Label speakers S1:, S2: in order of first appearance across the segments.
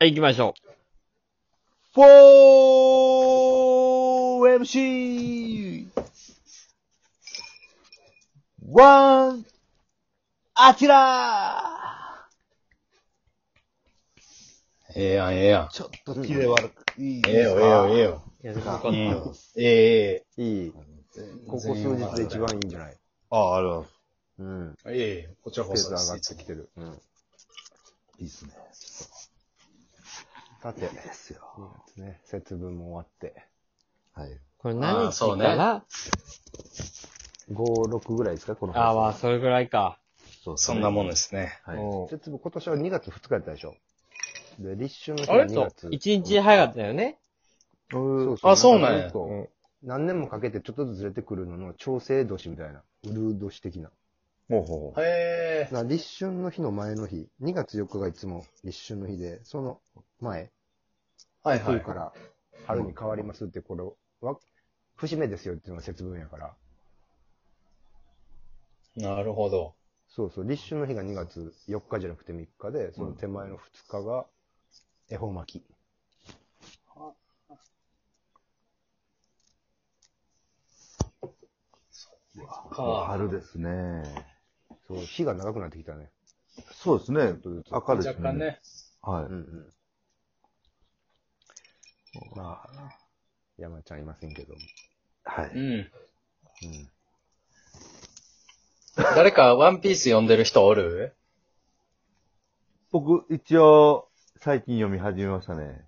S1: はい、行きましょ
S2: 4MC! ワン、アキラ
S3: ええやん、ええやん。
S2: ちょっとキレ悪く、いい
S3: ええよ、ええよ、ええよ。
S1: う。いや、でもよか
S3: う
S1: っ
S3: ん
S1: たよ。
S3: ええ
S4: い
S3: え
S4: い。
S3: え。
S4: ここ数日で一番いいんじゃない
S2: ああ、ありがとうござい
S4: うん。
S3: いい。ええ、こちら
S4: ペー
S3: こ
S4: ス
S3: そ
S4: 上
S3: です。
S4: がってきてる。うん。
S3: いいっすね。
S4: さて、ね、節分も終わって、
S3: はい。
S1: これ
S3: あ
S1: 何
S3: ー
S1: 日
S3: そうね
S1: から
S4: 5、6ぐらいですかこの
S1: ああ、まあ、それぐらいか。
S4: そう
S3: そんなもんですね。
S4: はい
S2: うん。
S4: 節分、今年は2月2日やったでしょで、立春の日
S1: あ
S4: は
S1: れ
S4: 2
S1: と
S4: 月。、
S1: 一日早かったよね。
S4: そう
S3: あそうなんや
S4: かずっと
S2: うん
S4: 何年もかけてちょっとずつずれてくるのの調整年みたいな。うるう年的な。
S2: もうほう。
S3: え
S4: だから立春の日の前の日、2月4日がいつも立春の日で、その前、
S3: え。はいは
S4: 冬
S3: い
S4: か。ら春に変わりますって、これは、節目ですよっていうのが節分やから。
S3: なるほど。
S4: そうそう、立春の日が2月4日じゃなくて3日で、その手前の2日が恵方巻き。
S3: か
S5: 春ですね。
S4: そう、日が長くなってきたね。
S5: そうですね
S4: とずつ。
S5: 赤です
S3: 若干ね。
S5: は
S4: うんうん。まあ、山ちゃんいませんけども。
S5: い。は
S3: う
S5: い。
S3: ん。
S4: うん。
S3: 誰かワンピース読んでる人おる
S5: 僕、一応、最近読み始めましたね。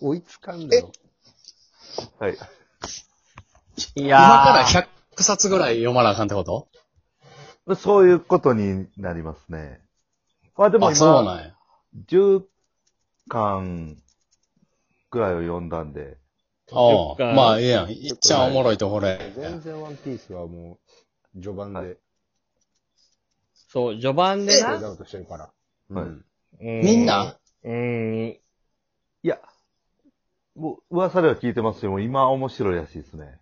S4: 追いつかんだよ。
S5: はい。
S1: い
S3: 今から
S1: やー、
S3: 100冊ぐらい読まなあかんってこと
S5: そういうことになりますね。まあでも
S3: あ、そう
S5: 今、
S3: なんや。
S5: 10巻ぐらいを読んだんで、
S3: あ
S1: 10
S3: あ、
S1: 巻
S3: まあ、ええやん。いっちゃんおもろいとこれ。
S4: 全然ワンピースはもう、序盤
S5: は
S4: で、
S1: そう、序盤
S4: フ
S1: で
S4: ェード
S1: な。
S4: アウトしてるから。
S5: はい
S4: うん
S3: み
S1: み
S3: んな
S1: うーん。
S5: いや、もう、噂では聞いてますけど、今面白いらしいですね。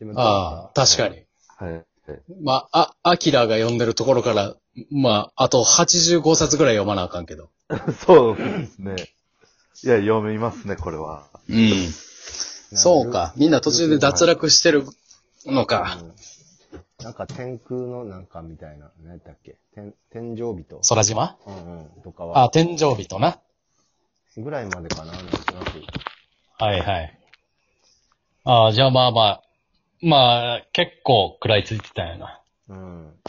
S4: 今
S3: ああ、確かに。
S5: はい。
S3: まあ、あ、アキラが読んでるところから、まあ、あと85冊ぐらい読まなあかんけど。
S5: そうですね。いや、読みますね、これは。
S3: うん。そうか。みんな途中で脱落してるのか。
S4: うんなんか天空のなんかみたいな、何やったっけ天、天井人
S3: 空島
S4: うんうん。とか
S3: あ、
S4: は、
S3: 天井人な。
S4: ぐらいまでかな、なんとなく。
S6: はいはい。ああ、じゃあまあまあ、まあ、結構食らいついてたんやな。
S4: うん。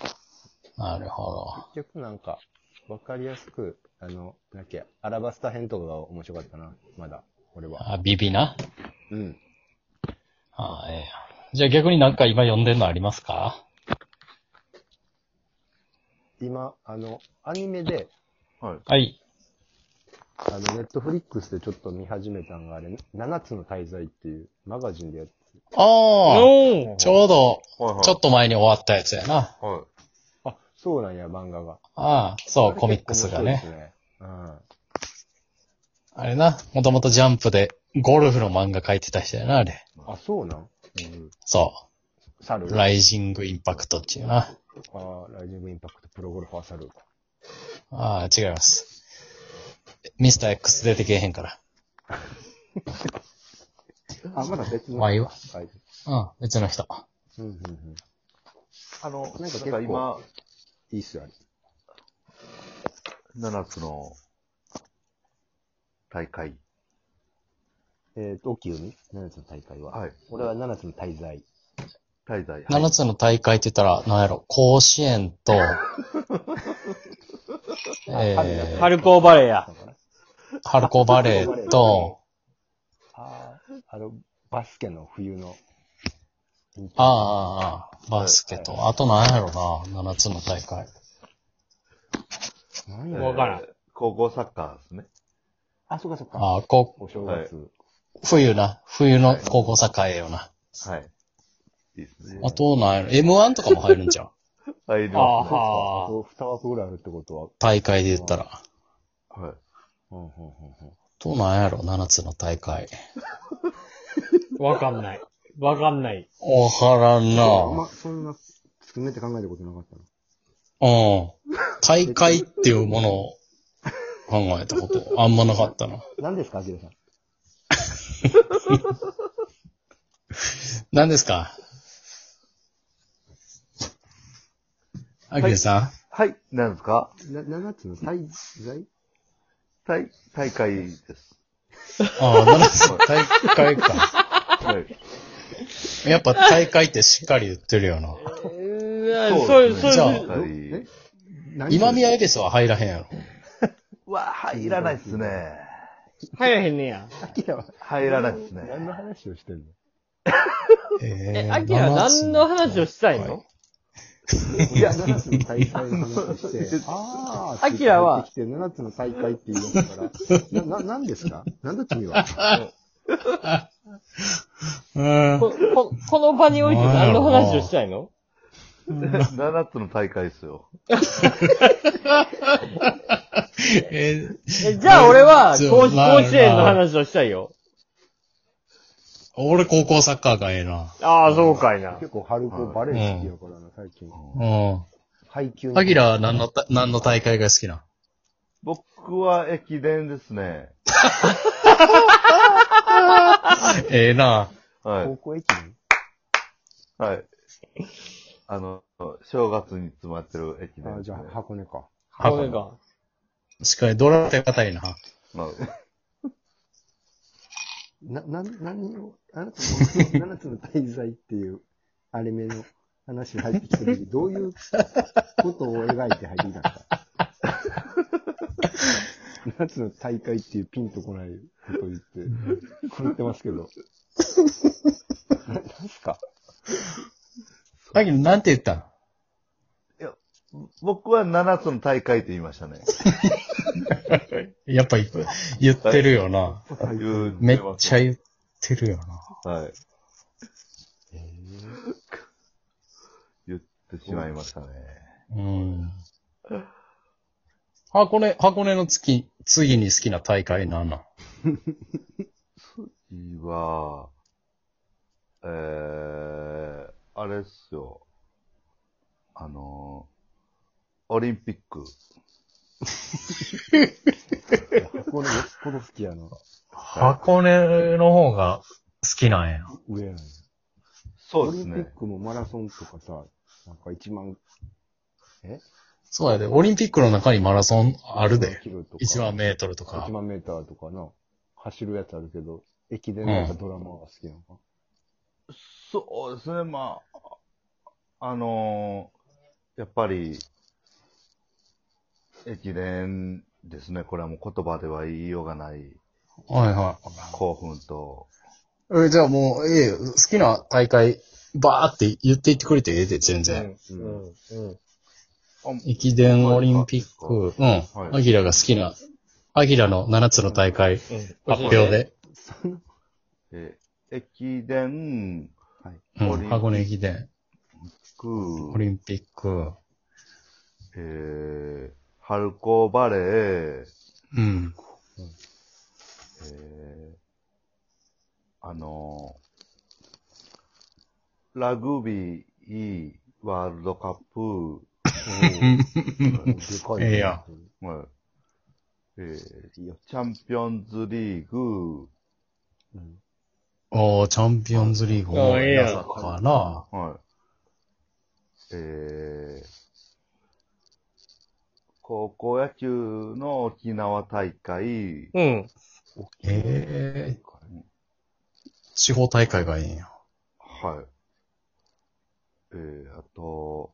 S6: なるほど。
S4: 結局なんか、わかりやすく、あの、なんだっけ、アラバスタ編とかが面白かったな、まだ、俺は。
S6: あビビな。
S4: うん。
S6: ああ、ええやんじゃあ逆になんか今読んでるのありますか
S4: 今、あの、アニメで、
S5: はい。
S6: はい。
S4: あの、ネットフリックスでちょっと見始めたんがあれ、7つの滞在っていうマガジンでやって、
S3: あ
S1: おー
S3: あ、ちょうど、
S5: はいはい。
S6: ちょっと前に終わったやつやな。
S5: はい。
S4: あ、そうなんや、漫画が。
S6: ああ、そう、コミックスが
S4: あれ結
S6: ね。
S4: 構面白いですね。
S6: あれな、もともとジャンプでゴルフの漫画書いてた人やな、あれ。
S4: うん。あ、そうなん
S6: そ
S4: 猿
S6: う。ライジングインパクトっていうな。
S4: あーライジングインパクト、プロゴルファーサル。
S6: ああ、違います。ミスター X 出てけえへんから。
S4: あ、まだ別の。
S6: まあいいわ。
S4: はい。
S6: うん、別の人。
S4: うんうんうん。
S5: あの、
S4: なんか
S5: な
S4: 結
S5: んか
S4: 構、
S5: 今、
S4: いいっすよ、あれ。
S5: 7つの大会。
S4: えっ、と、大きい海 ?7 つの大会は。
S5: はい。
S4: 俺は7つの滞在。
S5: 滞在。はい
S6: 7つの大会って言ったら、なんやろ、甲子園と、えー、
S1: 春高バレーや。
S6: 春高バレーと、
S4: ああ、あの、バスケの冬の。
S6: ああああ、ああバスケと、あとなんやろな、7つの大会。
S4: 何
S5: え
S4: や
S5: ー
S1: わからん。
S5: 高校サッカーですね。
S4: あ、そうかそうか。
S6: ああ、こ
S4: お正月。
S6: 冬な、冬の高校サッカーええよな。
S5: はい。いいですね。
S6: あとなんやろ、M1 とかも入るんじゃん。
S5: 入りますね。
S1: あー
S4: そう、2枠ぐらいあるってことは。
S6: 大会で言ったら。
S5: はい。
S4: うんうんうんうん。
S6: となんやろ、7つの大会。
S1: わかんない。わかんない。
S6: おはらん
S4: あん
S6: な
S4: ま、そんな、含めて考えたことなかったな。
S6: うん。大会っていうものを
S3: 考えたこと。あんまなかったな。
S4: 何ですか、アキラさん。
S3: 何ですかアキラさん、
S5: はい、なんですか
S4: な、7つの最在
S5: 大、大会です。
S3: ああ、なるほど大会 か。
S5: はい。
S3: やっぱ大会ってしっかり言ってるよな。
S1: うわそういう、そう
S3: じゃあ
S1: いう。
S5: はい。
S4: 何
S3: 今宮恵比寿は入らへんやろ。
S5: うわ、入らないっすね。
S1: 入らへんねや。
S4: アキラは
S5: 入らないっす
S4: 何
S5: ね。
S4: の話をしてんの
S3: え
S1: え、アキラ何の話をしたい
S3: はい
S1: の
S4: 7つの大会の話して、あーって言ってきて、7つの大会って言うんだから、な、な、何ですかなんだ君は。
S3: うん。
S1: ここ この場において何の話をしたいの
S5: 7つの大会っすよ。
S3: えー
S1: えじゃあ俺は、
S3: そう
S1: 甲子
S3: まあ
S1: 甲子園の話をしたいよ。
S3: 俺高校サッカーがええな。
S1: ああ、そうかいな。
S4: 結構、春子バレエ好きやからな、最近。
S3: う
S4: 配球
S3: ん。アキラは何のた、何の大会が好きな
S5: 僕は駅伝ですね。
S3: ええな。
S5: はい
S4: 高。校駅伝
S5: はい。あの、正月に詰まってる駅
S4: あ
S5: 伝
S4: ー
S5: です
S4: じゃ
S5: ね。
S4: あ、箱根か。
S1: ごめんか。
S3: しかり、ドラって硬いな。
S5: まあ
S4: な、な、何を、あなたの7つの滞在っていう、あれめの話に入ってきた時、どういうことを描いて入ってきたんですか ?7 つの大会っていうピンとこないことを言って、狂ってますけど。な、なんすか
S3: アキラ、なんて言ったん
S5: 僕は7つの大会って言いましたね。
S3: やっぱ言言ってるよな。めっち
S5: ゃ。
S3: ゃ言ってるよな。
S5: はい。言ってしまいましたね。
S3: うん。箱根、箱根の月、次に好きな大会なんなん
S5: 次は、えー、あれっすよ。あのー、オリンピック。
S4: 箱根よっぽど好きやな。
S3: 箱根の方が好きなんや。
S4: 上やな
S5: そ
S4: オ
S5: うで
S4: リ
S5: す
S4: ンピッ
S5: ね。
S4: クもマラソンとかさ、なんか1万
S3: そうやで、オリンピックの中にマラソンあるで。
S4: キロとか。
S3: 1万メートルとか
S4: 1。万メーターとかな、走るやつあるけど、駅伝なんかドラマが好きなのか。
S5: そうですね、まあ、あのー、やっぱり、駅伝ですね。これはもう言葉では言いようがない
S3: はいは
S5: 興奮と、
S3: い。え、じゃあもう、ええよ好きな大会、バーって言っていってくれてええで、全
S1: う
S3: 然。
S1: ん。うん。うん。
S3: 駅伝、オリンピック、うん。
S5: はい
S3: アギラが好きな、アギラの7つの大会、発表。で。
S5: え駅伝、
S3: う
S5: オリンピッ
S3: ん、
S5: ク
S3: 箱根駅伝、
S5: く、
S3: オリンピック、
S5: えー、春高バレー、え
S3: うん。
S5: ー、あのー、ラグビー、ワールドカップ、
S4: でかい ね
S3: ええや
S5: まあえー、
S4: いいよ
S5: チャンピオンズリーグ、
S3: おー、チャンピオンズリーグ
S1: あーええやん
S3: サッカーな。
S5: はい。えー、高校野球の沖縄大会、
S1: うん。
S3: ええ地方大会がいいんや。
S5: はい。えー、あと、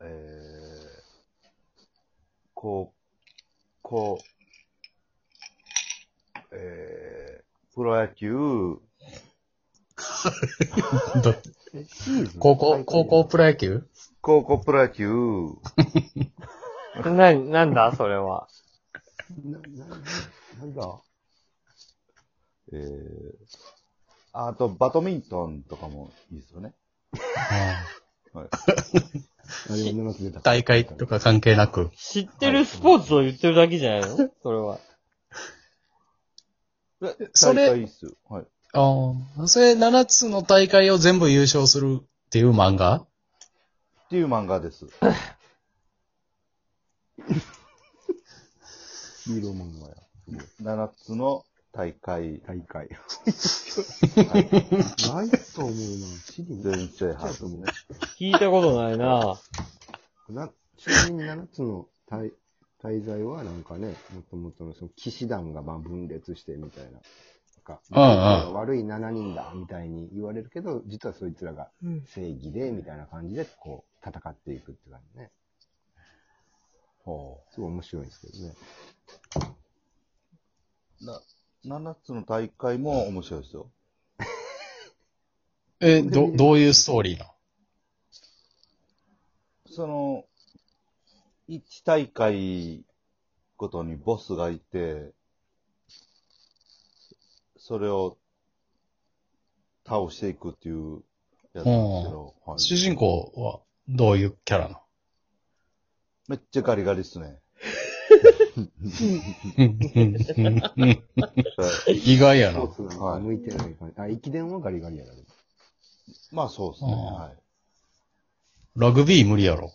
S5: えー、こう、こう、えー、プロ野球、
S3: だって高校、高校プロ野球
S5: 高校プロ野球、
S1: な、なんだそれは。
S4: な、な、なんだ
S5: えー、あとバドミントンとかもいいですよね。
S4: あ、でも7つ出た。
S3: 大会とか関係なく。
S1: 知ってるスポーツを言ってるだけじゃないのそれは。
S3: それ
S5: 大会いいっすよ。はい。
S3: ああ、それ7つの大会を全部優勝するっていう漫画
S5: っていう漫画です。
S4: ヒーロー漫画や。
S5: 7つの大会、
S4: 大 会。
S5: はい、
S4: ないと思うな。シリー
S5: 全制覇
S4: ズ。と思
S1: 聞いたことない な
S4: う。な、ちなみに7つの滞滞在はなんかね、もともとのその騎士団がまあ分裂してみたいな。なんか
S3: うんう
S4: 悪い7人だみたいに言われるけど、実はそいつらが正義でみたいな感じでこう戦っていくって感じね。
S5: ほ
S4: すごい面白いんですけどね。
S5: うな7つの大会も面白いですよ。
S3: え、ど、どういうストーリーな
S5: その、1大会ごとにボスがいて、それを倒していくっていうやつなんですけど、はい
S3: の主人公はどういうキャラな
S5: めっちゃガリガリっ すね。
S3: の意外やな。
S4: そうなんか向いてない感じ。あ、駅伝はガリガリやだけど。
S5: まあそうですね。
S3: うん
S5: はい。
S3: ラグビー無理やろ。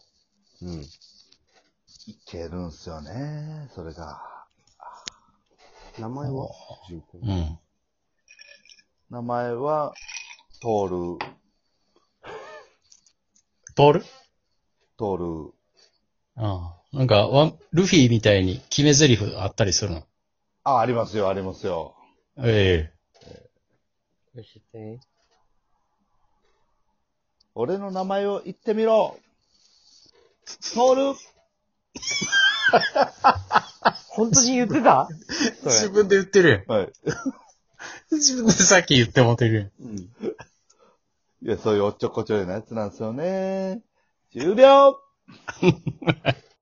S4: うん。
S5: いけるんすよね、それが。
S4: 名前は主人公
S3: うん。
S5: 名前は、トール、
S3: ボール
S5: トール。
S3: ああ。なんか、ワン、ルフィみたいに決め台詞あったりするの。
S5: あ、ありますよ、ありますよ。
S3: え
S1: よしって。
S5: 俺の名前を言ってみろトール
S1: 本当に言ってた
S3: え分で言ってる
S5: はい。
S3: やん。 自分でさっき言ってもてるやん。
S5: いや、そういうおっちょこちょいなやつなんですよね。終了